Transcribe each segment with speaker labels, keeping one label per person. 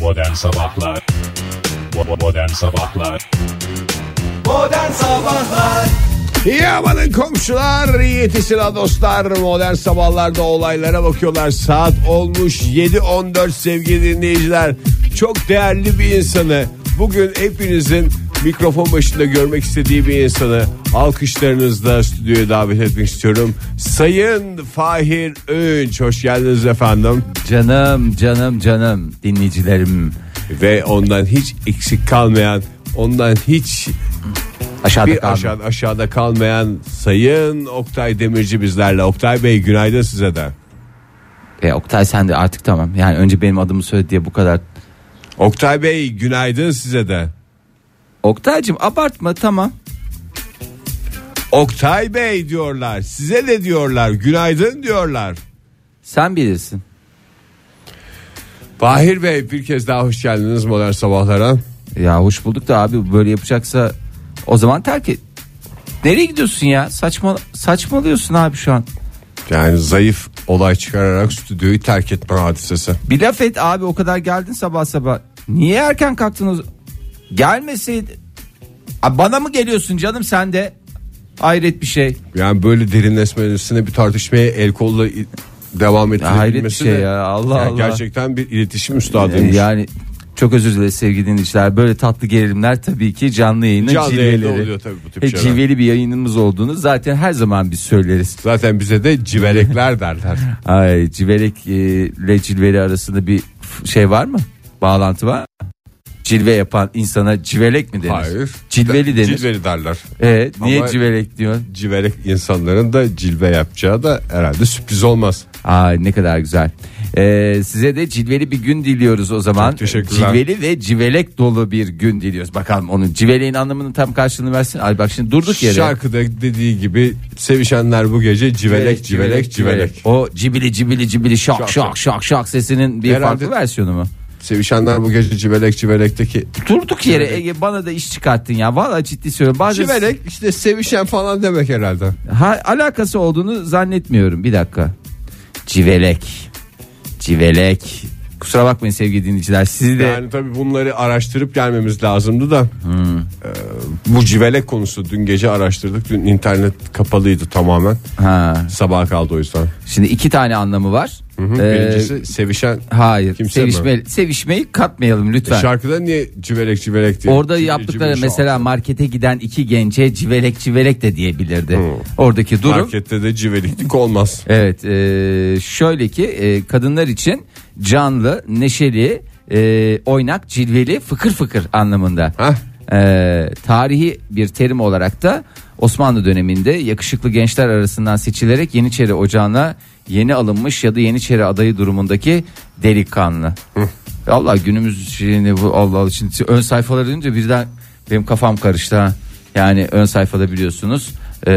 Speaker 1: Modern Sabahlar Bo- Modern Sabahlar
Speaker 2: Modern Sabahlar
Speaker 3: İyi amanın komşular, iyi yetişsinler dostlar. Modern sabahlarda olaylara bakıyorlar. Saat olmuş 7.14 sevgili dinleyiciler. Çok değerli bir insanı bugün hepinizin mikrofon başında görmek istediği bir insanı alkışlarınızla stüdyoya davet etmek istiyorum. Sayın Fahir Öğünç hoş geldiniz efendim.
Speaker 4: Canım canım canım dinleyicilerim
Speaker 3: Ve ondan hiç eksik kalmayan, ondan hiç
Speaker 4: aşağıda
Speaker 3: bir
Speaker 4: kaldı.
Speaker 3: aşağı, aşağıda kalmayan Sayın Oktay Demirci bizlerle. Oktay Bey günaydın size de.
Speaker 4: E, Oktay sen de artık tamam. Yani önce benim adımı söyledi diye bu kadar.
Speaker 3: Oktay Bey günaydın size de.
Speaker 4: Oktay'cım abartma tamam.
Speaker 3: Oktay Bey diyorlar. Size de diyorlar. Günaydın diyorlar.
Speaker 4: Sen bilirsin.
Speaker 3: Bahir Bey bir kez daha hoş geldiniz modern sabahlara.
Speaker 4: Ya hoş bulduk da abi böyle yapacaksa o zaman terk et. Nereye gidiyorsun ya? Saçma saçmalıyorsun abi şu an.
Speaker 3: Yani zayıf olay çıkararak stüdyoyu terk etme hadisesi.
Speaker 4: Bir laf et abi o kadar geldin sabah sabah. Niye erken kalktın? o z- Gelmeseydin. Abi bana mı geliyorsun canım sen de? Hayret bir şey.
Speaker 3: Yani böyle derinleşmesine bir tartışmaya el kolla i- devam
Speaker 4: Hayret bir
Speaker 3: ettirilmesi
Speaker 4: şey ya Allah
Speaker 3: Yani
Speaker 4: Allah.
Speaker 3: Gerçekten bir iletişim
Speaker 4: Ee,
Speaker 3: üstadıymış.
Speaker 4: Yani çok özür dileriz sevgili dinleyiciler. Böyle tatlı gerilimler tabii ki canlı yayının
Speaker 3: Canlı yayında
Speaker 4: cilveleri.
Speaker 3: oluyor tabii bu tip
Speaker 4: Ve
Speaker 3: şeyler.
Speaker 4: cilveli bir yayınımız olduğunu zaten her zaman biz söyleriz.
Speaker 3: Zaten bize de civelekler derler.
Speaker 4: Ay civelek e, ile cilveli arasında bir f- şey var mı? Bağlantı var mı? Cilve yapan insana civelek mi denir?
Speaker 3: Hayır.
Speaker 4: Cilveli denir.
Speaker 3: Cilveli derler.
Speaker 4: Ee, niye
Speaker 3: Ama-
Speaker 4: civelek diyor?
Speaker 3: Civerek insanların da cilve yapacağı da herhalde sürpriz olmaz.
Speaker 4: Ay ne kadar güzel. Ee, size de cilveli bir gün diliyoruz o zaman.
Speaker 3: Çok teşekkürler.
Speaker 4: Cilveli ve civelek dolu bir gün diliyoruz. Bakalım onun civeleğin anlamını tam karşılığını versin. Ay bak şimdi durduk yere.
Speaker 3: Şarkıda dediği gibi sevişenler bu gece civelek civelek civelek.
Speaker 4: O cibili cibili cibili şak şak şak şak, sesinin bir
Speaker 3: Herhalde-
Speaker 4: farklı versiyonu mu?
Speaker 3: Sevişenler bu gece civelek civelekteki
Speaker 4: Durduk yere Ege bana da iş çıkarttın ya. Vallahi ciddi söylüyorum. Bazen
Speaker 3: civelek işte sevişen falan demek herhalde.
Speaker 4: Ha, alakası olduğunu zannetmiyorum. Bir dakika. Civelek. Civelek. Kusura bakmayın sevgili dinleyiciler. Sizi de
Speaker 3: Yani tabii bunları araştırıp gelmemiz lazımdı da. Ee, bu civelek konusu dün gece araştırdık. Dün internet kapalıydı tamamen.
Speaker 4: ha.
Speaker 3: Sabaha kaldı o yüzden.
Speaker 4: Şimdi iki tane anlamı var.
Speaker 3: Hı,
Speaker 4: Ee,
Speaker 3: Birincisi sevişen
Speaker 4: hayır.
Speaker 3: Kimse mi? E,
Speaker 4: sevişme, sevişmeyi katmayalım lütfen.
Speaker 3: şarkıda niye civelek civelek diye.
Speaker 4: Orada
Speaker 3: Cibili
Speaker 4: yaptıkları
Speaker 3: cibili
Speaker 4: mesela markete giden iki gence civelek civelek de diyebilirdi. Oradaki durum.
Speaker 3: Markette de civeliklik olmaz.
Speaker 4: Evet e, şöyle ki e, kadınlar için canlı, neşeli, e, oynak, cilveli, fıkır fıkır anlamında.
Speaker 3: Hah.
Speaker 4: E, tarihi bir terim olarak da Osmanlı döneminde yakışıklı gençler arasından seçilerek Yeniçeri Ocağı'na yeni alınmış ya da Yeniçeri adayı durumundaki delikanlı. Allah günümüz şeyini bu Allah Allah için ön sayfaları dönünce birden benim kafam karıştı ha. Yani ön sayfada biliyorsunuz e,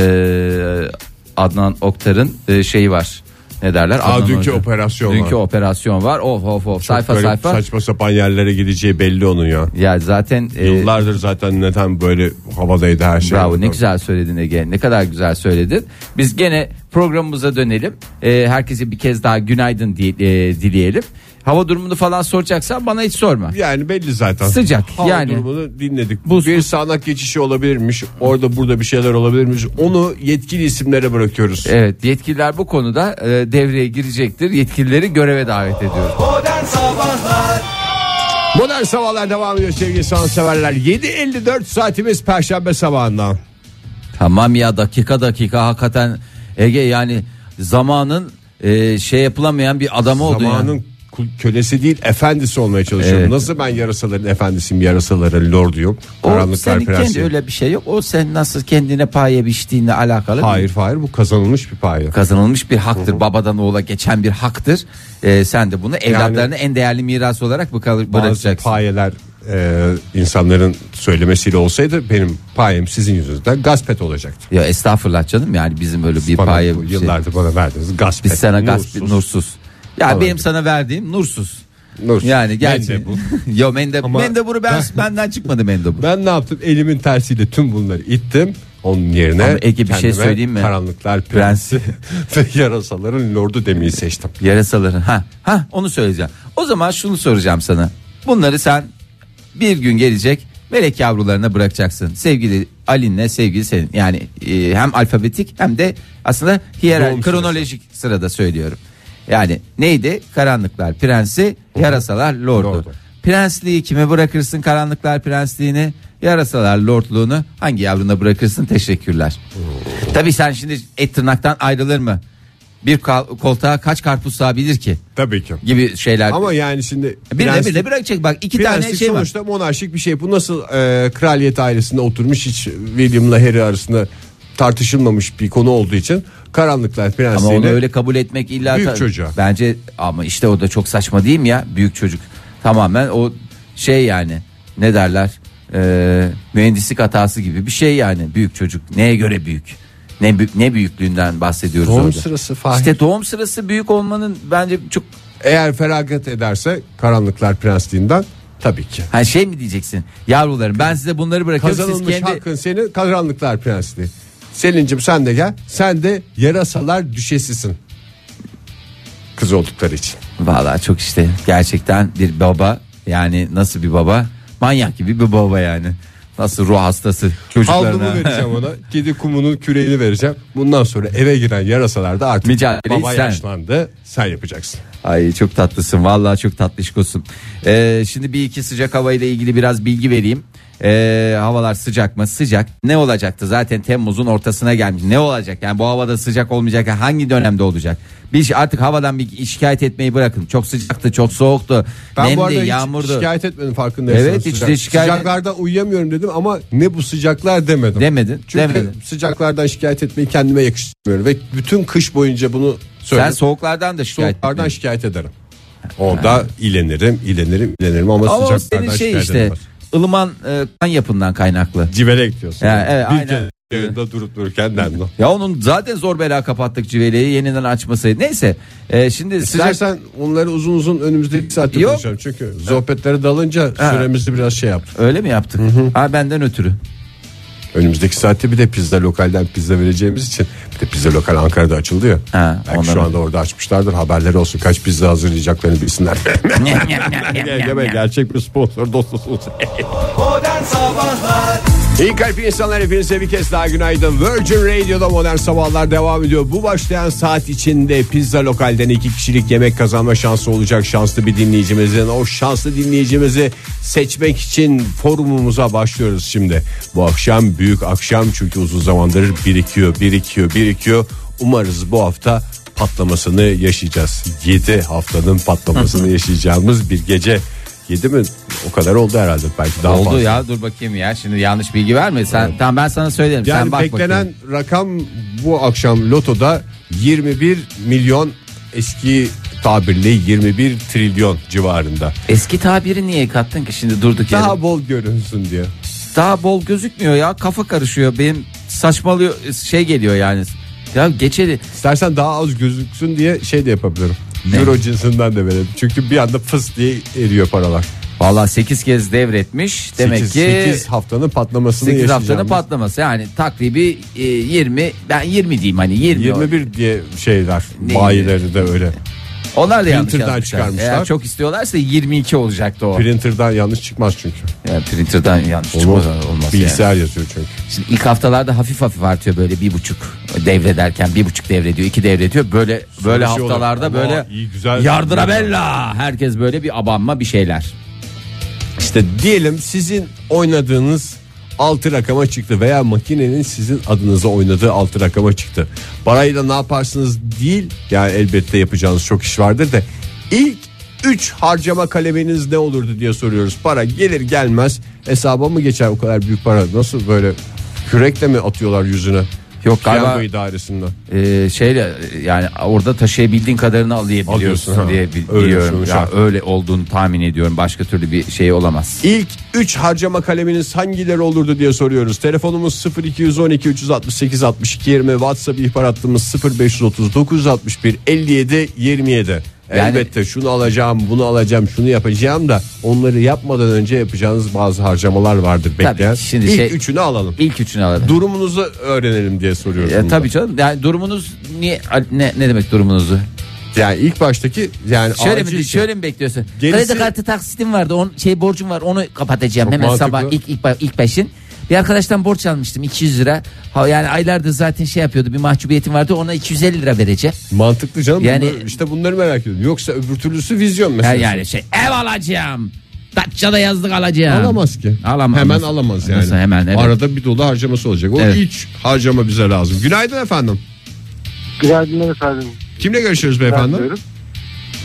Speaker 4: Adnan Oktar'ın e, şeyi var. Ne derler?
Speaker 3: Aa,
Speaker 4: Adnan
Speaker 3: dünkü operasyon var.
Speaker 4: Dünkü operasyon var. Of of of.
Speaker 3: Çok
Speaker 4: sayfa
Speaker 3: garip,
Speaker 4: sayfa.
Speaker 3: Saçma sapan yerlere gideceği belli onun ya.
Speaker 4: Ya zaten e,
Speaker 3: Yıllardır zaten neden böyle havadaydı her şey.
Speaker 4: Bravo ne güzel söyledin Ege ne kadar güzel söyledin. Biz gene programımıza dönelim. Ee, herkese bir kez daha günaydın di- e, dileyelim. Hava durumunu falan soracaksan bana hiç sorma.
Speaker 3: Yani belli zaten.
Speaker 4: Sıcak,
Speaker 3: Hava
Speaker 4: yani.
Speaker 3: durumunu dinledik.
Speaker 4: Buz,
Speaker 3: bir sağanak geçişi olabilirmiş. Orada burada bir şeyler olabilirmiş. Onu yetkili isimlere bırakıyoruz.
Speaker 4: Evet yetkililer bu konuda e, devreye girecektir. Yetkilileri göreve davet ediyoruz.
Speaker 2: Modern Sabahlar
Speaker 3: Modern sabahlar devam ediyor sevgili sanatseverler. 7.54 saatimiz perşembe sabahından.
Speaker 4: Tamam ya dakika dakika hakikaten Ege yani zamanın e, şey yapılamayan bir adamı oldu yani.
Speaker 3: Zamanın kul- kölesi değil efendisi olmaya çalışıyorum.
Speaker 4: Evet.
Speaker 3: Nasıl ben yarasaların efendisiyim yarasaların lorduyum.
Speaker 4: O
Speaker 3: Karanlıklar
Speaker 4: senin kendi
Speaker 3: prensiyim.
Speaker 4: öyle bir şey yok. O sen nasıl kendine paye biçtiğinle alakalı. bir-
Speaker 3: Hayır hayır bu kazanılmış bir paye.
Speaker 4: kazanılmış bir haktır. Babadan oğula geçen bir haktır. Ee, sen de bunu evlatlarına en değerli miras olarak bu kal-
Speaker 3: Bazı
Speaker 4: bırakacaksın.
Speaker 3: payeler e, insanların söylemesiyle olsaydı benim payem sizin yüzünüzden gaspet olacaktı.
Speaker 4: Ya estağfurullah canım yani bizim öyle bir
Speaker 3: Bana
Speaker 4: paye
Speaker 3: bu
Speaker 4: bir şey-
Speaker 3: yıllardır bana verdiniz gaspet.
Speaker 4: Biz sana gasp
Speaker 3: nursuz.
Speaker 4: nursuz. Ya
Speaker 3: Falan
Speaker 4: benim
Speaker 3: gibi.
Speaker 4: sana verdiğim nursuz.
Speaker 3: Nursuz.
Speaker 4: Yani gerçi.
Speaker 3: Mendebur.
Speaker 4: Yo mende
Speaker 3: Ama-
Speaker 4: Mendebur'u ben benden çıkmadı Mendebur.
Speaker 3: Ben ne yaptım? Elimin tersiyle tüm bunları ittim. Onun yerine
Speaker 4: Ama Ege bir şey
Speaker 3: kendime
Speaker 4: söyleyeyim mi?
Speaker 3: Karanlıklar prensi ve yarasaların lordu demeyi seçtim.
Speaker 4: Yarasaları ha ha onu söyleyeceğim. O zaman şunu soracağım sana. Bunları sen bir gün gelecek melek yavrularına bırakacaksın. Sevgili Alin'le sevgili senin. Yani e, hem alfabetik hem de aslında hiyerarşik
Speaker 3: Doğum
Speaker 4: kronolojik sırada söylüyorum. Yani neydi? Karanlıklar prensi, yarasalar lordu.
Speaker 3: Lordu.
Speaker 4: Prensliği kime bırakırsın karanlıklar prensliğini? Yarasalar lordluğunu hangi yavruna bırakırsın? Teşekkürler. Tabii sen şimdi et tırnaktan ayrılır mı? Bir kal- koltuğa kaç karpuz sığabilir ki?
Speaker 3: Tabii ki.
Speaker 4: Gibi şeyler.
Speaker 3: Ama yani şimdi
Speaker 4: bir de
Speaker 3: prenslik-
Speaker 4: bir de bırakacak bak iki tane
Speaker 3: prenslik
Speaker 4: şey var.
Speaker 3: sonuçta monarşik bir şey. Bu nasıl e, kraliyet ailesinde oturmuş hiç William'la Harry arasında tartışılmamış bir konu olduğu için karanlıklar
Speaker 4: Ama
Speaker 3: prensliğini
Speaker 4: onu öyle kabul etmek illa
Speaker 3: Büyük
Speaker 4: ta-
Speaker 3: çocuğa.
Speaker 4: Bence ama işte o da çok saçma değil mi ya? Büyük çocuk. Tamamen o şey yani ne derler? Ee, mühendislik hatası gibi bir şey yani büyük çocuk. Neye göre büyük? Ne büyük ne büyüklüğünden bahsediyoruz
Speaker 3: Doğum
Speaker 4: orada?
Speaker 3: sırası Fahir.
Speaker 4: İşte doğum sırası büyük olmanın bence çok
Speaker 3: eğer feragat ederse karanlıklar prensliğinden tabii ki.
Speaker 4: ha şey mi diyeceksin? Yavrularım ben size bunları bırakıyorum siz
Speaker 3: Kazanılmış
Speaker 4: kendi
Speaker 3: hakkın senin karanlıklar prensliği. Selin'cim sen de gel. Sen de yarasalar düşesisin. Kız oldukları için.
Speaker 4: Vallahi çok işte gerçekten bir baba yani nasıl bir baba manyak gibi bir baba yani nasıl ruh hastası
Speaker 3: Aldımı
Speaker 4: çocuklarına
Speaker 3: vereceğim ona. Kedi kumunun küreğini vereceğim. Bundan sonra eve giren yarasalar da artık
Speaker 4: Mücadeleyi
Speaker 3: baba
Speaker 4: sen.
Speaker 3: yaşlandı. Sen yapacaksın.
Speaker 4: ay çok tatlısın vallahi çok tatlışkosun Ee, şimdi bir iki sıcak havayla ilgili biraz bilgi vereyim Ee, havalar sıcak mı sıcak ne olacaktı zaten Temmuz'un ortasına gelmiş ne olacak yani bu havada sıcak olmayacak hangi dönemde olacak bir şey- artık havadan bir şikayet etmeyi bırakın çok sıcaktı çok soğuktu
Speaker 3: Ben bu
Speaker 4: nemli
Speaker 3: arada
Speaker 4: yağmurdu
Speaker 3: hiç şikayet etmedim farkındaysanız.
Speaker 4: Evet, hiç de şikayet-
Speaker 3: Sıcaklarda uyuyamıyorum dedim ama ne bu sıcaklar demedim.
Speaker 4: Demedin,
Speaker 3: Çünkü
Speaker 4: demedin.
Speaker 3: sıcaklardan şikayet etmeyi kendime yakıştırmıyorum. Ve bütün kış boyunca bunu
Speaker 4: sen
Speaker 3: söyledim.
Speaker 4: soğuklardan da şikayet
Speaker 3: soğuklardan
Speaker 4: etmedin.
Speaker 3: şikayet ederim. Onda ilenirim, ilenirim, ilenirim ama,
Speaker 4: Ama o
Speaker 3: sıcaklardan
Speaker 4: senin şey
Speaker 3: şikayet
Speaker 4: işte
Speaker 3: edemez.
Speaker 4: ılıman e, kan yapından kaynaklı.
Speaker 3: Civelek diyorsun.
Speaker 4: Ya, evet,
Speaker 3: Bir
Speaker 4: aynen.
Speaker 3: kere yayında durup dururken demli.
Speaker 4: Ya onun zaten zor bela kapattık civeleyi yeniden açmasaydı. Neyse e, şimdi sıcak
Speaker 3: İstersen onları uzun uzun önümüzdeki saatte
Speaker 4: Yok.
Speaker 3: konuşalım. Çünkü sohbetlere dalınca süremizi biraz şey yaptık.
Speaker 4: öyle mi yaptık? Ha benden ötürü.
Speaker 3: Önümüzdeki saatte bir de pizza lokalden pizza vereceğimiz için. Bir de pizza lokal Ankara'da açıldı ya.
Speaker 4: Ha,
Speaker 3: belki
Speaker 4: ondan
Speaker 3: şu
Speaker 4: öyle.
Speaker 3: anda orada açmışlardır. Haberleri olsun kaç pizza hazırlayacaklarını bilsinler. Ege gerçek bir sponsor dostlusunuz.
Speaker 1: Modern Sabahlar
Speaker 3: İyi kalp insanlar hepinize bir kez daha günaydın. Virgin Radio'da modern sabahlar devam ediyor. Bu başlayan saat içinde pizza lokalden iki kişilik yemek kazanma şansı olacak şanslı bir dinleyicimizin. O şanslı dinleyicimizi seçmek için forumumuza başlıyoruz şimdi. Bu akşam büyük akşam çünkü uzun zamandır birikiyor, birikiyor, birikiyor. Umarız bu hafta patlamasını yaşayacağız. 7 haftanın patlamasını yaşayacağımız bir gece. 7 mi? O kadar oldu herhalde. Belki daha
Speaker 4: Oldu
Speaker 3: fazla.
Speaker 4: ya dur bakayım ya şimdi yanlış bilgi verme sen tamam ben sana söylerim
Speaker 3: Yani
Speaker 4: sen bak
Speaker 3: beklenen
Speaker 4: bakayım.
Speaker 3: rakam bu akşam lotoda 21 milyon eski tabirle 21 trilyon civarında.
Speaker 4: Eski tabiri niye kattın ki şimdi durduk yere?
Speaker 3: Daha bol görünsün diye.
Speaker 4: daha bol gözükmüyor ya kafa karışıyor benim saçmalıyor şey geliyor yani. Ya geçeli
Speaker 3: İstersen daha az gözüksün diye şey de yapabilirim.
Speaker 4: Ne?
Speaker 3: Euro cinsinden de verelim. Çünkü bir anda fıs diye eriyor paralar.
Speaker 4: Vallahi 8 kez devretmiş demek
Speaker 3: Sekiz-
Speaker 4: ki
Speaker 3: sekiz haftanın patlamasını
Speaker 4: 8 haftanın
Speaker 3: yaşayacağımız-
Speaker 4: patlaması yani takribi e, 20 ben 20 diyeyim hani 20.
Speaker 3: 21 diye şeyler
Speaker 4: Neydi?
Speaker 3: bayileri de öyle.
Speaker 4: Onlar da yanlış
Speaker 3: Printer'dan
Speaker 4: yazmışlar.
Speaker 3: çıkarmışlar.
Speaker 4: Eğer çok istiyorlarsa 22 olacaktı o.
Speaker 3: Printer'dan yanlış çıkmaz çünkü.
Speaker 4: Yani printer'dan yanlış çıkmaz E, olmaz. Yani.
Speaker 3: Bilgisayar yazıyor çünkü.
Speaker 4: Şimdi ilk haftalarda hafif hafif artıyor böyle bir buçuk devrederken bir buçuk devrediyor iki devrediyor böyle böyle
Speaker 3: şey olarak
Speaker 4: haftalarda
Speaker 3: ama
Speaker 4: böyle
Speaker 3: iyi, güzel.
Speaker 4: yardırabella herkes böyle bir abanma bir şeyler.
Speaker 3: İşte diyelim sizin oynadığınız altı rakama çıktı veya makinenin sizin adınıza oynadığı altı rakama çıktı. Parayla ne yaparsınız değil yani elbette yapacağınız çok iş vardır da ilk 3 harcama kaleminiz ne olurdu diye soruyoruz. Para gelir gelmez hesaba mı geçer o kadar büyük para nasıl böyle kürekle mi atıyorlar yüzüne?
Speaker 4: Yok, galiba-
Speaker 3: Piyango idaresinden.
Speaker 4: Ee, şeyle yani orada taşıyabildiğin kadarını alabiliyorsun
Speaker 3: Alıyorsun, ha.
Speaker 4: diye bi-
Speaker 3: Öyle şey,
Speaker 4: biliyorum.
Speaker 3: sonuç,
Speaker 4: Ya
Speaker 3: ha.
Speaker 4: öyle olduğunu tahmin ediyorum. Başka türlü bir şey olamaz.
Speaker 3: İlk 3 harcama kaleminiz hangileri olurdu diye soruyoruz. Telefonumuz 0212 368 62 20 WhatsApp ihbar hattımız 0530 961 57 27.
Speaker 4: Yani-
Speaker 3: Elbette şunu alacağım, bunu alacağım, şunu yapacağım da onları yapmadan önce yapacağınız bazı harcamalar vardır bekleyen.
Speaker 4: ki, şimdi
Speaker 3: İlk
Speaker 4: şey-
Speaker 3: üçünü alalım.
Speaker 4: İlk üçünü alalım.
Speaker 3: Durumunuzu öğrenelim diye soruyoruz.
Speaker 4: Ya
Speaker 3: bunu da.
Speaker 4: tabii canım. Yani durumunuz niye ne, ne demek durumunuzu?
Speaker 3: Yani ilk baştaki yani
Speaker 4: Şöyle
Speaker 3: acil
Speaker 4: mi,
Speaker 3: şey.
Speaker 4: şöyle mi bekliyorsun?
Speaker 3: Gerisi-
Speaker 4: Kredi kartı taksitim vardı. On şey borcum var. Onu kapatacağım
Speaker 3: Çok
Speaker 4: hemen
Speaker 3: mantıklı.
Speaker 4: sabah ilk ilk ilk peşin. Bir arkadaştan borç almıştım 200 lira. Ha yani aylardır zaten şey yapıyordu. Bir mahcubiyetim vardı. Ona 250 lira vereceğim.
Speaker 3: Mantıklı canım.
Speaker 4: Yani-
Speaker 3: Bunları- işte bunları merak ediyorum. Yoksa öbür türlüsü vizyon
Speaker 4: Ha,
Speaker 3: meselesi.
Speaker 4: yani şey ev alacağım. Datça'da yazlık alacağım.
Speaker 3: Alamaz ki.
Speaker 4: Alamaz.
Speaker 3: Hemen alamaz yani.
Speaker 4: Nasıl hemen, evet.
Speaker 3: Arada bir dolu harcaması olacak. O
Speaker 4: Evet.
Speaker 3: hiç harcama bize lazım. Günaydın efendim.
Speaker 5: Günaydınlar efendim.
Speaker 3: Kimle görüşüyoruz beyefendi?
Speaker 5: Diyorum.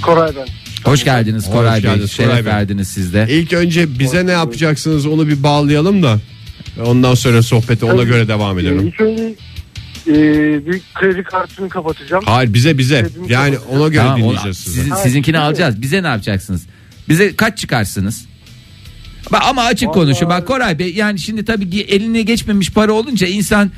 Speaker 5: Koray ben.
Speaker 4: Hoş geldiniz
Speaker 3: Hoş
Speaker 4: Koray Bey.
Speaker 3: geldiniz Koray
Speaker 4: Şeref
Speaker 3: Bey.
Speaker 4: verdiniz siz de.
Speaker 3: İlk önce bize ne yapacaksınız onu bir bağlayalım da ondan sonra sohbete ona
Speaker 5: Tabii.
Speaker 3: göre devam
Speaker 5: Ee,
Speaker 3: edelim.
Speaker 5: İlk önce e, bir kredi kartını kapatacağım.
Speaker 3: Hayır bize bize.
Speaker 5: Hepimiz
Speaker 3: Yani
Speaker 5: konuşacağız.
Speaker 3: ona göre
Speaker 4: Tamam, onu-
Speaker 3: dinleyeceğiz sizi.
Speaker 4: sizin-
Speaker 5: Ha,
Speaker 4: sizinkini
Speaker 5: değil mi?
Speaker 4: alacağız. Bize ne yapacaksınız? Bize kaç çıkarsınız? Bak ama açık
Speaker 5: Vallahi-
Speaker 4: konuşun. Bak Koray Bey yani şimdi tabii ki eline geçmemiş para olunca insan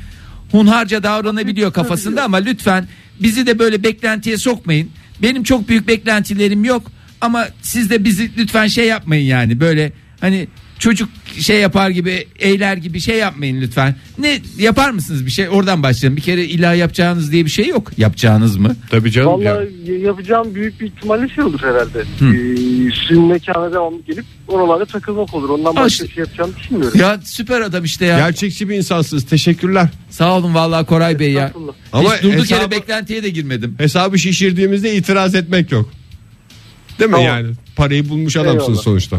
Speaker 4: hunharca davranabiliyor kafasında ama lütfen bizi de böyle beklentiye sokmayın. Benim çok büyük beklentilerim yok ama siz de bizi lütfen şey yapmayın yani böyle hani çocuk şey yapar gibi eğler gibi şey yapmayın lütfen. Ne yapar mısınız bir şey? Oradan başlayalım. Bir kere illa yapacağınız diye bir şey yok. Yapacağınız mı?
Speaker 3: Tabii canım. ya.
Speaker 5: Vallahi ya- yapacağım büyük bir ihtimalle şey olur herhalde. Ee, sizin mekana devamlı gelip oralarda takılmak olur. Ondan başka
Speaker 4: işte-
Speaker 5: bir şey yapacağımı düşünmüyorum.
Speaker 4: Ya süper adam işte ya.
Speaker 3: Gerçekçi bir insansınız. Teşekkürler.
Speaker 4: Sağ olun vallahi Koray Bey ya.
Speaker 5: Estağfurullah.
Speaker 3: Ama
Speaker 4: Hiç durduk
Speaker 3: hesabı-
Speaker 4: yere beklentiye de girmedim.
Speaker 3: Hesabı şişirdiğimizde itiraz etmek yok. Değil mi
Speaker 5: Tamam.
Speaker 3: yani? Parayı bulmuş adamsınız
Speaker 5: Eyvallah.
Speaker 3: sonuçta.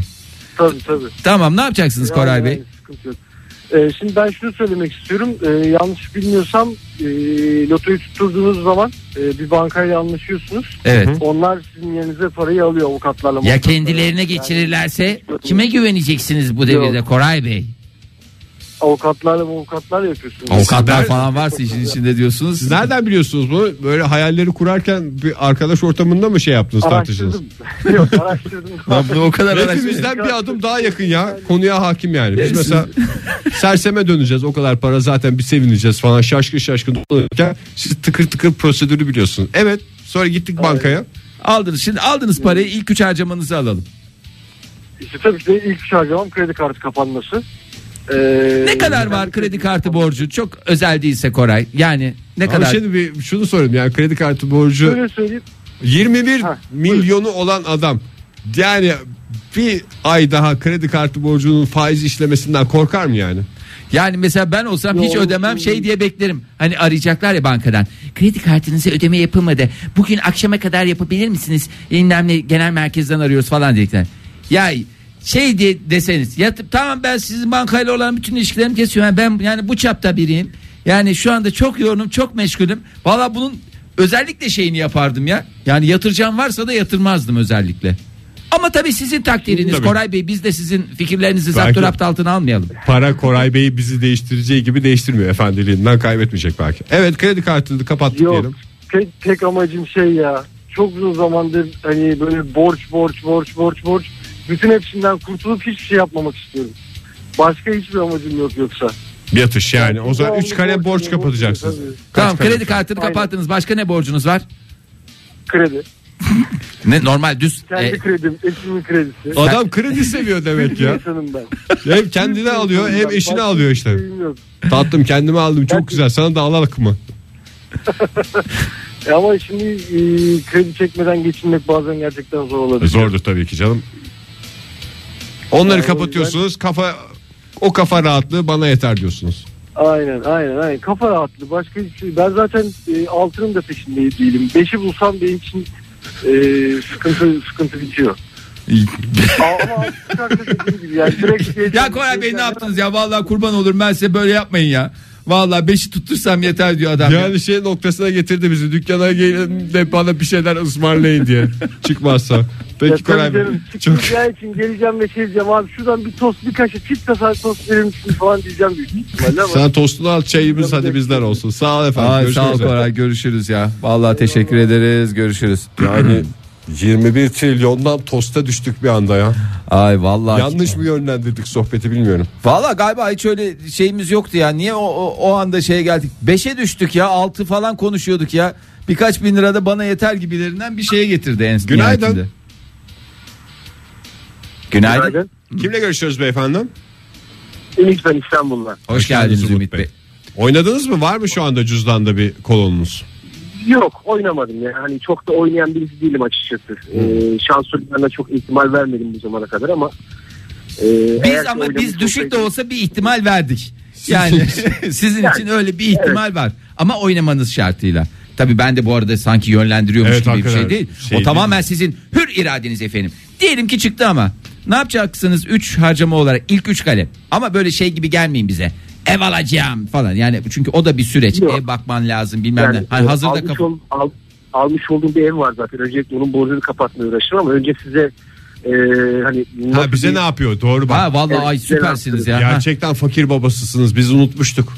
Speaker 5: Tabii tabii.
Speaker 4: Tamam ne yapacaksınız Koray
Speaker 5: Yani-
Speaker 4: Bey?
Speaker 5: yani sıkıntı yok. Ee, şimdi ben şunu söylemek istiyorum. Ee, yanlış bilmiyorsam e, lotoyu tutturduğunuz zaman e, bir bankayla anlaşıyorsunuz.
Speaker 4: Evet.
Speaker 5: Onlar sizin yerinize parayı alıyor
Speaker 4: Ya
Speaker 5: avukatlarla. avukatlarla.
Speaker 4: kendilerine
Speaker 5: Yani
Speaker 4: geçirirlerse
Speaker 5: hiç-
Speaker 4: kime güveneceksiniz bu devirde Koray Bey?
Speaker 5: avukatlarla avukatlar yapıyorsunuz.
Speaker 4: Avukatlar
Speaker 3: Sizler-
Speaker 4: falan varsa işin içinde diyorsunuz.
Speaker 3: Siz nereden biliyorsunuz bunu? Böyle hayalleri kurarken bir arkadaş ortamında mı şey yaptınız tartıştınız?
Speaker 5: Araştırdım. Yok araştırdım.
Speaker 4: Bunu o kadar araştırın.
Speaker 3: Hepimizden bir adım daha yakın ya. Konuya hakim yani. Biz mesela serseme döneceğiz. O kadar para zaten bir sevineceğiz falan. Şaşkın şaşkın dolanırken siz tıkır tıkır prosedürü biliyorsunuz. Evet. Sonra gittik bankaya.
Speaker 4: Aldınız şimdi aldınız parayı ilk üç harcamanızı alalım.
Speaker 5: İşte tabii ki de ilk harcamam kredi kartı kapanması. Ee,
Speaker 4: Ne kadar
Speaker 5: yani
Speaker 4: var kredi kartı borcu? Çok özel değilse Koray. Yani ne
Speaker 3: Ama
Speaker 4: kadar?
Speaker 3: şimdi bir şunu sorayım yani kredi kartı borcu
Speaker 5: Şöyle söyleyeyim.
Speaker 3: 21
Speaker 5: Ha, buyurun.
Speaker 3: milyonu olan adam. Yani bir ay daha kredi kartı borcunun faiz işlemesinden korkar mı yani?
Speaker 4: Yani mesela ben olsam hiç
Speaker 5: Yo,
Speaker 4: ödemem
Speaker 5: yo.
Speaker 4: şey diye beklerim. Hani arayacaklar ya bankadan. Kredi kartınızı ödeme yapılmadı. Bugün akşama kadar yapabilir misiniz? Bilmem ne, genel merkezden arıyoruz falan dedikler. Ya şey diye deseniz yatıp tamam ben sizin bankayla olan bütün ilişkilerimi kesiyorum. Yani ben yani bu çapta biriyim. Yani şu anda çok yoğunum çok meşgulüm. Valla bunun özellikle şeyini yapardım ya. Yani yatıracağım varsa da yatırmazdım özellikle. Ama tabii sizin takdiriniz
Speaker 3: Tabii.
Speaker 4: Koray Bey biz de sizin fikirlerinizi
Speaker 3: Belki-
Speaker 4: zapturapt altına almayalım.
Speaker 3: Para Koray Bey'i bizi değiştireceği gibi değiştirmiyor efendiliğinden kaybetmeyecek belki. Evet kredi kartını kapattık
Speaker 5: Yok.
Speaker 3: diyelim.
Speaker 5: Tek, tek amacım şey ya. Çok uzun zamandır hani böyle borç borç borç borç borç. Bütün hepsinden kurtulup hiçbir şey yapmamak istiyorum. Başka hiçbir amacım yok yoksa.
Speaker 3: Yatış yani. O zaman 3 kare
Speaker 5: Devamlı
Speaker 3: borç kapatacaksınız.
Speaker 5: tabii.
Speaker 4: Tamam
Speaker 3: Kaç
Speaker 4: kredi kartını
Speaker 5: Aynen.
Speaker 4: kapattınız. Başka ne borcunuz var?
Speaker 5: Kredi.
Speaker 4: Ne normal düz
Speaker 5: Kendi
Speaker 4: e,
Speaker 5: kredim. Eşimin kredisi.
Speaker 3: Adam kredi seviyor demek
Speaker 5: Bir
Speaker 3: ya.
Speaker 5: insanım ben.
Speaker 3: Hem kendini alıyor hem
Speaker 5: Ben.
Speaker 3: eşini
Speaker 5: Başka
Speaker 3: alıyor işte.
Speaker 5: hiçbir şeyim yok.
Speaker 3: Tatlım kendime aldım çok
Speaker 5: Gerçekten.
Speaker 3: güzel sana da alalım mı?
Speaker 5: E Ama şimdi e, kredi çekmeden geçinmek bazen gerçekten zor olabilir.
Speaker 3: E, Zordur tabii ki canım. Onları
Speaker 5: Yani o
Speaker 3: kapatıyorsunuz kafa o kafa rahatlığı bana yeter diyorsunuz.
Speaker 5: Aynen aynen aynen. Kafa rahatlığı başka hiçbir şey. Ben zaten e, altının da peşinde değilim. Beşi bulsam benim için e, sıkıntı sıkıntı bitiyor. Ama altı çıkarsa dediğim gibi yani şey direkt
Speaker 4: Ya Koray Bey ne yaptınız ya? Vallahi kurban olurum ben size böyle yapmayın ya. Vallahi beşi tuttursam yeter diyor adam. ya.
Speaker 3: Yani şey noktasına getirdi bizi dükkana gelin de bana bir şeyler ısmarlayın diye çıkmazsa. Peki Koray Bey. Çok
Speaker 5: Çok... için geleceğim ve şey diyeceğim abi şuradan bir tost bir kaşık çift tasar tost verir misin falan diyeceğim büyük ihtimalle ama.
Speaker 3: sen tostunu al çayımız hadi bizden olsun. Sağ ol efendim.
Speaker 4: Ay,
Speaker 3: görüşmek
Speaker 4: sağ ol
Speaker 3: üzere.
Speaker 4: Koray görüşürüz ya. Vallahi teşekkür ederiz görüşürüz.
Speaker 3: Yani 21 trilyondan tosta düştük bir anda ya.
Speaker 4: Ay vallahi.
Speaker 3: Yanlış mı yönlendirdik sohbeti bilmiyorum.
Speaker 6: Vallahi galiba hiç öyle şeyimiz yoktu ya. Niye o, o, o anda şeye geldik? Beşe düştük ya. Altı falan konuşuyorduk ya. Birkaç bin lira da bana yeter gibilerinden bir şeye getirdi en
Speaker 3: Günaydın.
Speaker 6: nihayetinde. Günaydın.
Speaker 5: Günaydın.
Speaker 3: Kimle görüşüyoruz beyefendi? Hoş,
Speaker 5: Ümit ben İstanbul'dan.
Speaker 4: Hoş geldiniz Ümit Bey.
Speaker 3: Oynadınız mı? Var mı şu anda cüzdanda bir kolonunuz?
Speaker 5: Yok oynamadım ya. Hani çok da oynayan birisi değilim açıkçası. Ee, şansölyelerine çok ihtimal vermedim bu zamana kadar ama. e, eğer
Speaker 4: Biz
Speaker 5: ki
Speaker 4: ama
Speaker 5: oynamış
Speaker 4: biz düşük de
Speaker 5: olsaydım-
Speaker 4: olsa bir ihtimal verdik. Yani sizin için öyle bir ihtimal var. Ama oynamanız şartıyla. Tabii ben de bu arada sanki yönlendiriyormuş
Speaker 3: Evet,
Speaker 4: gibi bir şey
Speaker 3: hakikaten.
Speaker 4: değil.
Speaker 3: Şey
Speaker 4: o
Speaker 3: değil.
Speaker 4: tamamen sizin hür iradeniz efendim. Diyelim ki çıktı ama ne yapacaksınız 3 harcama olarak ilk 3 kalem. Ama böyle şey gibi gelmeyin bize. Ev alacağım falan. Yani çünkü o da bir süreç.
Speaker 5: Yok.
Speaker 4: Ev bakman lazım bilmem
Speaker 5: Yani,
Speaker 4: ne. Hani
Speaker 5: e,
Speaker 4: hazırda
Speaker 5: almış,
Speaker 4: kafa.
Speaker 5: ol- al- almış olduğum bir ev var zaten. Öncelikle onun borcunu kapatmaya uğraşırım ama önce size e, hani
Speaker 3: Ha
Speaker 5: nasıl
Speaker 3: bize
Speaker 5: bir-
Speaker 3: ne yapıyor? Doğru bak.
Speaker 4: Ha vallahi
Speaker 5: Evet,
Speaker 4: ay süpersiniz ya. Ha.
Speaker 3: Gerçekten fakir babasısınız. Biz unutmuştuk.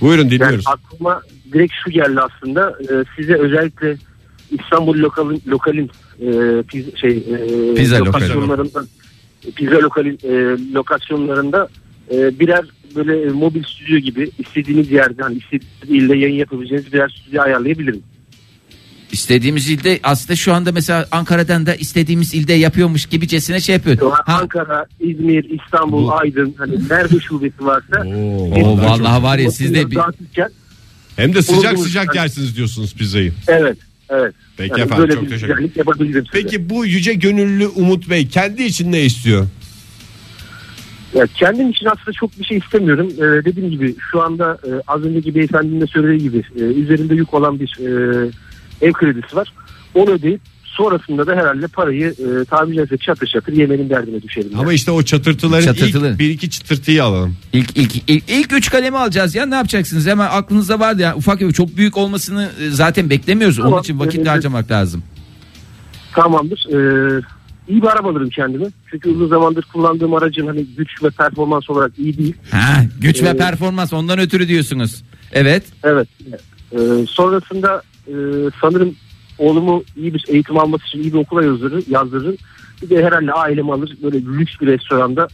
Speaker 3: Buyurun
Speaker 5: Yani
Speaker 3: dinliyoruz.
Speaker 5: aklıma direkt şu geldi aslında. Ee, size özellikle İstanbul lokalin lokalin e, piz, şey e,
Speaker 4: Pizza lokali.
Speaker 5: lokasyonlarında pizza lokalin e, lokasyonlarında e, birer böyle mobil stüdyo gibi istediğiniz yerde hani istediğiniz ilde yayın yapabileceğiniz birer stüdyo ayarlayabilirim.
Speaker 4: İstediğimiz ilde aslında şu anda mesela Ankara'dan da istediğimiz ilde yapıyormuş gibicesine şey yapıyor. Ha,
Speaker 5: Ankara, İzmir, İstanbul, Aydın hani nerede şubesi varsa
Speaker 4: Oo, vallahi var ya sizde bir-
Speaker 5: dağıtırken-
Speaker 3: Hem de sıcak
Speaker 5: Olur.
Speaker 3: sıcak yersiniz diyorsunuz pizzayı.
Speaker 5: evet evet.
Speaker 3: Peki
Speaker 5: Yani
Speaker 3: efendim,
Speaker 5: böyle
Speaker 3: çok
Speaker 5: bir
Speaker 3: teşekkür
Speaker 5: güzellik yapabilirim size.
Speaker 3: Peki bu yüce gönüllü Umut Bey kendi için ne istiyor?
Speaker 5: Ya kendim için aslında çok bir şey istemiyorum. Ee, dediğim gibi şu anda e, az önceki beyefendinin de söylediği gibi e, üzerinde yük olan bir e, ev kredisi var. Onu ödeyip sonrasında da herhalde parayı e, tabiri caizse çatır çatır yemenin derdine düşerim. ben.
Speaker 3: Ama işte o çatırtıların
Speaker 4: Çatırtılı.
Speaker 3: ilk bir iki çıtırtıyı alalım.
Speaker 4: İlk, ilk, ilk, ilk üç kalemi alacağız ya ne yapacaksınız hemen aklınızda vardı ya ufak ev çok büyük olmasını e, zaten beklemiyoruz onun
Speaker 5: Tamam,
Speaker 4: için vakit
Speaker 5: önümüzde-
Speaker 4: harcamak lazım.
Speaker 5: Tamamdır. Ee, iyi bir araba alırım kendime. Çünkü uzun zamandır kullandığım aracın hani güç ve performans olarak iyi değil.
Speaker 4: Ha, güç ve
Speaker 5: Ee,
Speaker 4: performans ondan ötürü diyorsunuz. Evet
Speaker 5: Evet. Ee, sonrasında e, sanırım oğlumu iyi bir eğitim alması için iyi bir okula yazdırır. yazdırır. Bir de herhalde ailemi alır böyle lüks bir restoranda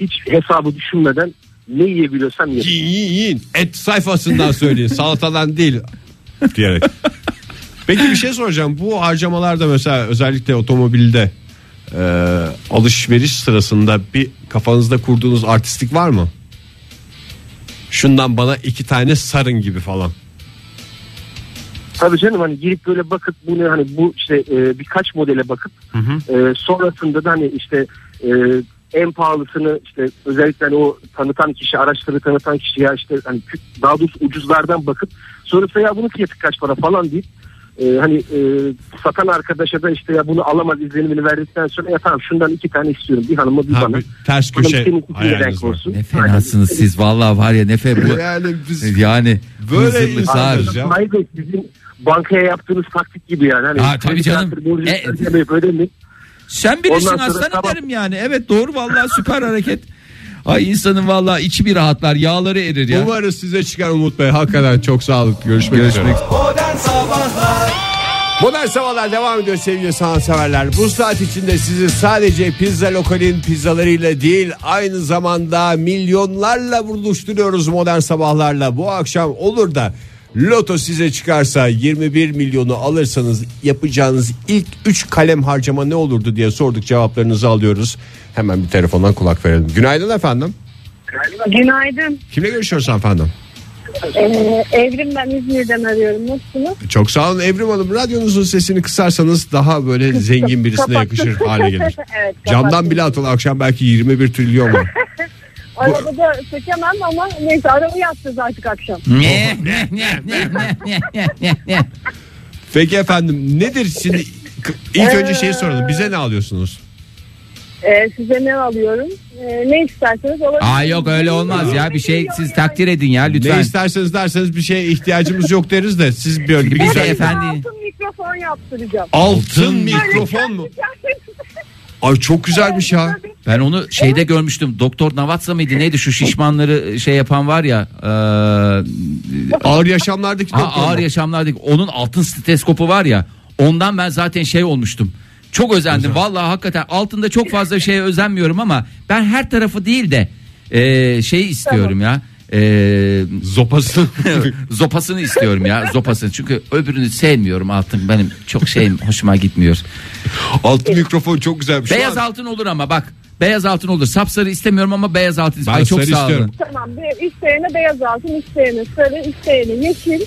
Speaker 5: hiç hesabı düşünmeden ne yiyebiliyorsam yerim.
Speaker 3: Yiyin yiyin yiyin. Et sayfasından söyleyin. Salatadan değil. Diyerek. Peki bir şey soracağım. Bu harcamalarda mesela özellikle otomobilde e, alışveriş sırasında bir kafanızda kurduğunuz artistlik var mı? Şundan bana iki tane sarın gibi falan.
Speaker 5: Tabii canım hani girip böyle bakıp bunu hani bu işte e, birkaç modele bakıp e, sonrasında da hani işte e, en pahalısını işte özellikle hani o tanıtan kişi araçları tanıtan kişi ya işte hani kü- daha doğrusu ucuzlardan bakıp sonrasında ya bunun fiyatı kaç para falan deyip e, hani e, satan arkadaşa da işte ya bunu alamaz izlenimini verdikten sonra ya tamam şundan iki tane istiyorum bir hanıma bir
Speaker 3: Ha,
Speaker 5: bana.
Speaker 3: bir ters
Speaker 5: Hanım
Speaker 3: köşe
Speaker 5: senin ikisini de
Speaker 3: hayaliniz
Speaker 5: renk
Speaker 3: var.
Speaker 5: olsun.
Speaker 4: ne fenasınız siz vallahi var ya ne fe bu
Speaker 3: Yani biz
Speaker 4: yani
Speaker 3: Böyle
Speaker 4: hızırlıklar.
Speaker 3: insanlarız ya.
Speaker 5: Hayır Bey, sizin bankaya yaptığınız taktik gibi yani. Hani
Speaker 4: Ha, tabii
Speaker 5: kredi
Speaker 4: canım.
Speaker 5: kartı borcunu
Speaker 4: E-
Speaker 5: ödemeyip ödemeyip
Speaker 4: Sen bilirsin
Speaker 5: Ondan sonra
Speaker 4: aslanım
Speaker 5: sabah-
Speaker 4: derim yani evet doğru vallahi süper hareket. Ay insanın vallahi içi bir rahatlar yağları erir ya.
Speaker 3: Umarız size çıkar Umut Bey. Hakikaten çok sağlık. Görüşmek, üzere.
Speaker 7: Modern Sabahlar
Speaker 8: Modern Sabahlar devam ediyor sevgili sanatseverler. Bu saat içinde sizi sadece pizza lokalin pizzalarıyla değil aynı zamanda milyonlarla buluşturuyoruz modern sabahlarla. Bu akşam olur da loto size çıkarsa 21 milyonu alırsanız yapacağınız ilk 3 kalem harcama ne olurdu diye sorduk cevaplarınızı alıyoruz. Hemen bir telefondan kulak verelim. Günaydın efendim.
Speaker 9: Günaydın.
Speaker 3: Kimle görüşüyoruz efendim?
Speaker 9: Ee, Evrim ben İzmir'den arıyorum. Nasılsınız?
Speaker 3: Çok sağ olun Evrim Hanım. Radyonuzun sesini kısarsanız daha böyle zengin birisine
Speaker 9: Kapattım.
Speaker 3: yakışır hale gelir.
Speaker 9: evet,
Speaker 3: Camdan
Speaker 9: kapattım.
Speaker 3: bile atıl akşam belki 21 trilyon var.
Speaker 9: Arabada sökemem ama neyse araba yapacağız artık akşam.
Speaker 4: Ne ne ne ne ne ne ne ne ne.
Speaker 3: Peki efendim nedir şimdi K- ilk önce şeyi soralım. Bize ne alıyorsunuz?
Speaker 9: Ee, size ne alıyorum? Ee, ne isterseniz olabilir.
Speaker 4: Aa yok öyle olmaz ya bir şey siz takdir edin ya
Speaker 3: Ne
Speaker 4: lütfen.
Speaker 3: isterseniz derseniz bir şeye ihtiyacımız yok deriz de siz böyle bir
Speaker 4: Bize
Speaker 3: güzel-
Speaker 4: efendi.
Speaker 9: Altın mikrofon yaptıracağım.
Speaker 3: Altın mikrofon mu?
Speaker 9: şey.
Speaker 3: şey Ay çok güzelmiş ya.
Speaker 4: Ben onu şeyde görmüştüm. Doktor Navatsa mıydı neydi şu şişmanları şey yapan var ya. eee,
Speaker 3: Ağır yaşamlardaki
Speaker 4: ha,
Speaker 3: doktor mu?
Speaker 4: ağır yaşamlardaki onun altın steteskopu var ya. Ondan ben zaten şey olmuştum. Çok özendim. Vallahi hakikaten altında çok fazla şeye özenmiyorum ama ben her tarafı değil de eee şey istiyorum ya. e, Eee,
Speaker 3: Zopası.
Speaker 4: zopasını istiyorum ya zopasını çünkü öbürünü sevmiyorum altın benim çok şeyim hoşuma gitmiyor.
Speaker 3: Altın mikrofon çok güzelmiş. Şu
Speaker 4: Beyaz
Speaker 3: an-
Speaker 4: altın olur ama bak. Beyaz altın olur. Sapsarı istemiyorum ama beyaz altın.
Speaker 3: Ben
Speaker 4: Ay çok
Speaker 3: sarı
Speaker 4: sağ olun.
Speaker 3: istiyorum.
Speaker 10: Tamam. Bir isteyene beyaz altın, isteyene sarı, isteyene yeşil.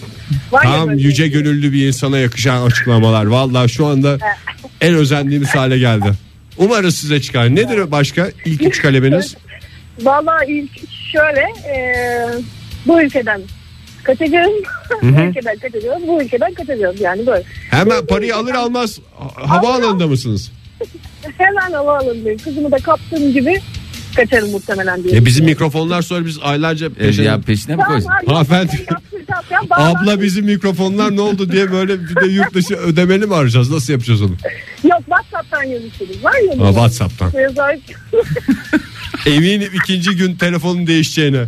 Speaker 10: Var ya
Speaker 3: Tam
Speaker 10: böyle.
Speaker 3: yüce gönüllü bir insana yakışan açıklamalar. Vallahi şu anda en özendiğimiz hale geldi. Umarız size çıkar. Nedir başka? İlk üç kaleminiz?
Speaker 10: Valla ilk şöyle eee, bu ülkeden kaçacağız. bu ülkeden kaçacağız. Bu ülkeden kaçacağız yani böyle.
Speaker 3: Hemen parayı alır almaz ha- havaalanında mısınız?
Speaker 10: Hemen havaalanındayım. Kızımı da kaptığım gibi kaçarım muhtemelen diye.
Speaker 3: E bizim mikrofonlar sonra biz aylarca
Speaker 4: Ee,
Speaker 11: E,
Speaker 3: peşin-
Speaker 11: ya peşine mi koysun?
Speaker 3: Hanımefendi. Abla
Speaker 10: Abla bir...
Speaker 3: bizim mikrofonlar ne oldu diye böyle bir de yurt dışı ödemeli mi arayacağız? Nasıl yapacağız onu?
Speaker 10: Yok WhatsApp'tan yazışırız. Var ya.
Speaker 3: Ha, Whatsapp'tan.
Speaker 10: Yazar-
Speaker 3: Eminim ikinci gün telefonun değişeceğine.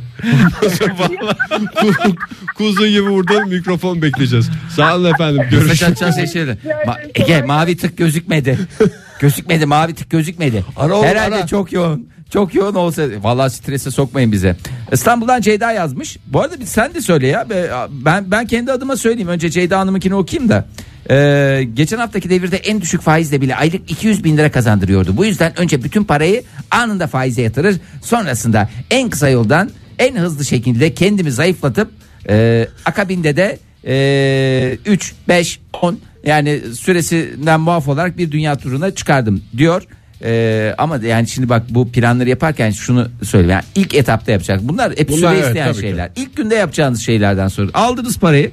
Speaker 3: Vallahi ku- kuzu gibi burada mikrofon bekleyeceğiz. Sağ olun efendim.
Speaker 4: Mesaj
Speaker 3: Görüşürüz.
Speaker 4: atacağız eşeğe. Ma- Ege mavi tık gözükmedi. gözükmedi mavi tık gözükmedi.
Speaker 12: Ara oğlum,
Speaker 4: Herhalde
Speaker 12: ara.
Speaker 4: çok yoğun. Çok yoğun olsa vallahi strese sokmayın bize. İstanbul'dan Ceyda yazmış. Bu arada bir sen de söyle ya. Be- Ben ben kendi adıma söyleyeyim. Önce Ceyda Hanım'ınkini okuyayım da. Ee, geçen haftaki devirde en düşük faizle bile aylık 200 bin lira kazandırıyordu. Bu yüzden önce bütün parayı anında faize yatırır. Sonrasında en kısa yoldan en hızlı şekilde kendimi zayıflatıp ee, akabinde de e, 3, 5, 10 yani süresinden muaf olarak bir dünya turuna çıkardım diyor. Ee, ama yani şimdi bak bu planları yaparken şunu söyleyeyim. Yani ilk etapta yapacak. Bunlar hep
Speaker 3: Bunlar
Speaker 4: süre
Speaker 3: evet,
Speaker 4: isteyen
Speaker 3: tabii ki.
Speaker 4: şeyler. İlk günde yapacağınız şeylerden sonra. Aldınız parayı.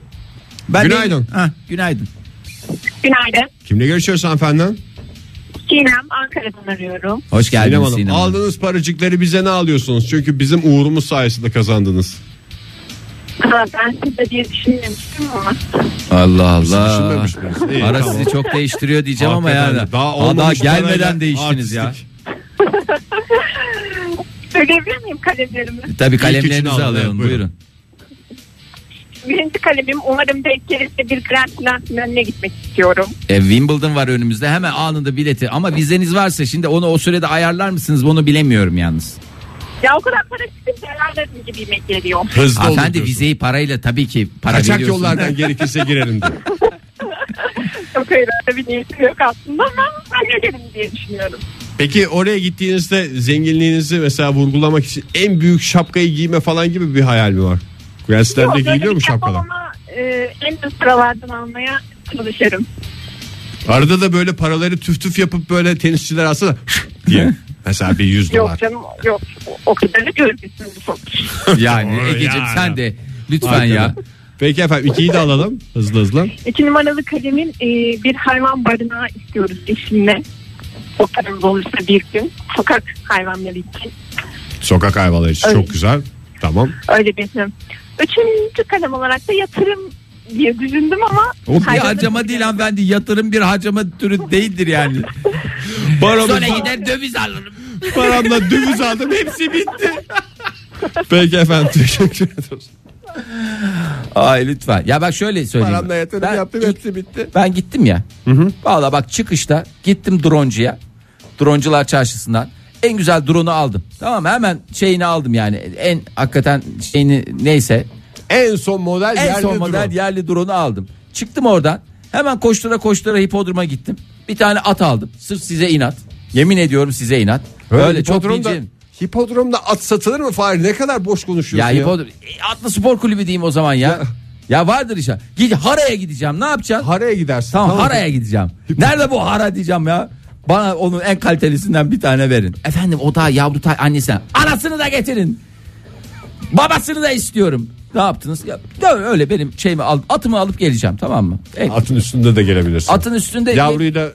Speaker 4: Ben
Speaker 3: Günaydın.
Speaker 4: de- Ha, günaydın.
Speaker 9: Günaydın.
Speaker 3: Kimle görüşüyoruz hanımefendi?
Speaker 9: Sinem Ankara'dan arıyorum.
Speaker 4: Hoş geldiniz
Speaker 3: Sinem Hanım.
Speaker 4: Sinem Hanım.
Speaker 3: Aldığınız paracıkları bize ne alıyorsunuz? Çünkü bizim uğrumuz sayesinde kazandınız.
Speaker 9: Ha, ben sizde diye düşünmemiştim ama.
Speaker 4: Allah Allah.
Speaker 3: Düşünmemiş miyiz? İyi,
Speaker 4: Ara
Speaker 3: tamam.
Speaker 4: sizi çok değiştiriyor diyeceğim ama
Speaker 3: şey Hakikaten
Speaker 4: yani.
Speaker 3: de daha
Speaker 4: Aa, daha
Speaker 3: olmamış
Speaker 4: gelmeden
Speaker 3: parayla
Speaker 4: değiştiniz ya.
Speaker 3: artistik.
Speaker 9: Söyleyebilir miyim kalemlerimi?
Speaker 4: Tabii
Speaker 3: İlk
Speaker 4: kalemlerinizi
Speaker 3: üçünü alın,
Speaker 4: alalım.
Speaker 3: evet,
Speaker 4: buyurun.
Speaker 3: buyurun.
Speaker 9: Birinci kalemim umarım denk gelirse bir Grand Slam finaline gitmek istiyorum.
Speaker 4: E, Wimbledon var önümüzde hemen anında bileti ama vizeniz varsa şimdi onu o sürede ayarlar mısınız bunu bilemiyorum yalnız.
Speaker 9: Ya o kadar para çıkınca herhalde bir gibime geliyor.
Speaker 3: Hızlı olun
Speaker 4: Hanımefendi
Speaker 3: diyorsun.
Speaker 4: vizeyi parayla tabii ki para
Speaker 3: Kaçak
Speaker 4: veriyorsunuz.
Speaker 3: yollardan gerekirse girelim diye.
Speaker 9: Çok hayır öyle bir niyetim yok aslında ama ben gelirim diye düşünüyorum.
Speaker 3: Peki oraya gittiğinizde zenginliğinizi mesela vurgulamak için en büyük şapkayı giyme falan gibi bir hayal mi var? Grand Slam'de
Speaker 9: Yok, öyle
Speaker 3: giyiliyor mu
Speaker 9: bir şey yapamam
Speaker 3: şapkalar?
Speaker 9: Ama e, en üst sıralardan almaya çalışırım.
Speaker 3: Arada da böyle paraları tüf tüf yapıp böyle tenisçiler alsana diye. Mesela bir yüz dolar.
Speaker 9: Yok canım yok. O- O kadarı görgüsüz sonuç.
Speaker 4: Yani
Speaker 3: Oy,
Speaker 4: Ege'cim
Speaker 3: yani.
Speaker 4: sen de lütfen
Speaker 3: Hakikaten.
Speaker 4: ya.
Speaker 3: Peki efendim ikiyi de alalım hızlı hızlı.
Speaker 9: İki numaralı kalemin e, bir hayvan barınağı istiyoruz eşimle. O paramız olursa bir gün sokak hayvanları için
Speaker 3: Sokak hayvanları için
Speaker 9: Evet.
Speaker 3: çok güzel. Tamam.
Speaker 9: öyle benim. Üçüncü kalem olarak da yatırım diye düşündüm ama
Speaker 3: O bir
Speaker 4: Bir
Speaker 9: hayvanları-
Speaker 4: harcama değil hanımefendi yatırım bir harcama türü değildir yani.
Speaker 3: Paramı,
Speaker 4: Sonra gider döviz alırım.
Speaker 3: paramla döviz aldım hepsi bitti. Peki efendim teşekkür ederiz.
Speaker 4: Ay lütfen. Ya bak şöyle söyleyeyim.
Speaker 12: Paramla yatırım
Speaker 4: Ben
Speaker 12: yaptım
Speaker 4: ilk-
Speaker 12: hepsi bitti.
Speaker 4: Ben gittim ya. Valla bak çıkışta gittim droncuya. Droncular çarşısından. En güzel drone'u aldım. Tamam mı? hemen şeyini aldım yani. En hakikaten şeyini neyse.
Speaker 12: En son model
Speaker 4: En
Speaker 12: yerli
Speaker 4: son model
Speaker 12: drone.
Speaker 4: yerli drone'u aldım. Çıktım oradan. Hemen koştura koştura hipodroma gittim. Bir tane at aldım. Sırf size inat. Yemin ediyorum size inat. Öyle çok
Speaker 12: hipodromda-
Speaker 4: diyeceğim.
Speaker 12: Hipodromda at satılır mı Fahir? Ne kadar boş
Speaker 4: Ya
Speaker 12: konuşuyorsun ya.
Speaker 4: hipodrom. E, Atlı Spor Kulübü diyeyim o zaman ya. ya vardır inşallah. Git Hara'ya gideceğim. Ne yapacaksın?
Speaker 12: Haraya gidersin.
Speaker 4: Tamam, haraya gideceğim. Nerede bu hara diyeceğim ya. Bana onun en kalitelisinden bir tane verin. Efendim o daha yavru tay annesine. Anasını da getirin. Babasını da istiyorum. Ne yaptınız? Ya, ya öyle benim şeyimi al, atımı alıp geleceğim tamam mı? E,
Speaker 3: Atın üstünde de gelebilirsin.
Speaker 4: atın üstünde
Speaker 3: Yavruyu da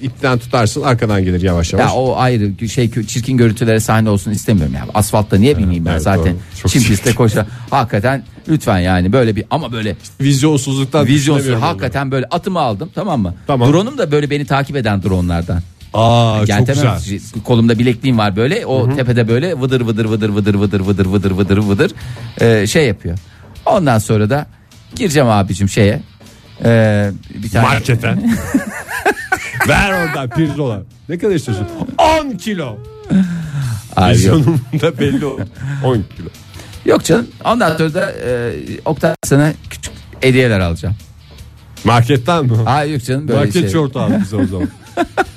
Speaker 3: ipten tutarsın arkadan gelir yavaş yavaş.
Speaker 4: ya o ayrı şey kö- çirkin görüntülere sahne olsun istemiyorum ya. Asfaltta niye bineyim ben
Speaker 3: evet,
Speaker 4: zaten.
Speaker 3: doğru. Çok
Speaker 4: Çim pistte
Speaker 3: çirkin.
Speaker 4: koşa. Hakikaten lütfen yani böyle bir ama böyle
Speaker 3: Vizyonsuzluktan
Speaker 4: vizyonsuz
Speaker 3: düşünemiyorum onu.
Speaker 4: hakikaten böyle atımı aldım tamam mı?
Speaker 3: Tamam.
Speaker 4: Drone'um da böyle beni takip eden drone'lardan.
Speaker 3: Aa çok
Speaker 4: Yeltemem.
Speaker 3: güzel.
Speaker 4: Kolumda bilekliğim var böyle. O tepede böyle vıdır vıdır vıdır vıdır vıdır vıdır vıdır vıdır vıdır Ee, şey yapıyor. Ondan sonra da gireceğim abicim şeye. Ee, bir tane
Speaker 3: Markete. Ver oradan pirzola. Ne kadar istiyorsun? 10 kilo.
Speaker 4: Ay, yok.
Speaker 3: Vizyonum da belli oldu. 10 kilo.
Speaker 4: Yok canım. Ondan sonra da e, Oktay sana küçük hediyeler alacağım.
Speaker 3: Marketten mi?
Speaker 4: Ay yok canım böyle
Speaker 3: Market
Speaker 4: şey.
Speaker 3: şortu al bize o zaman.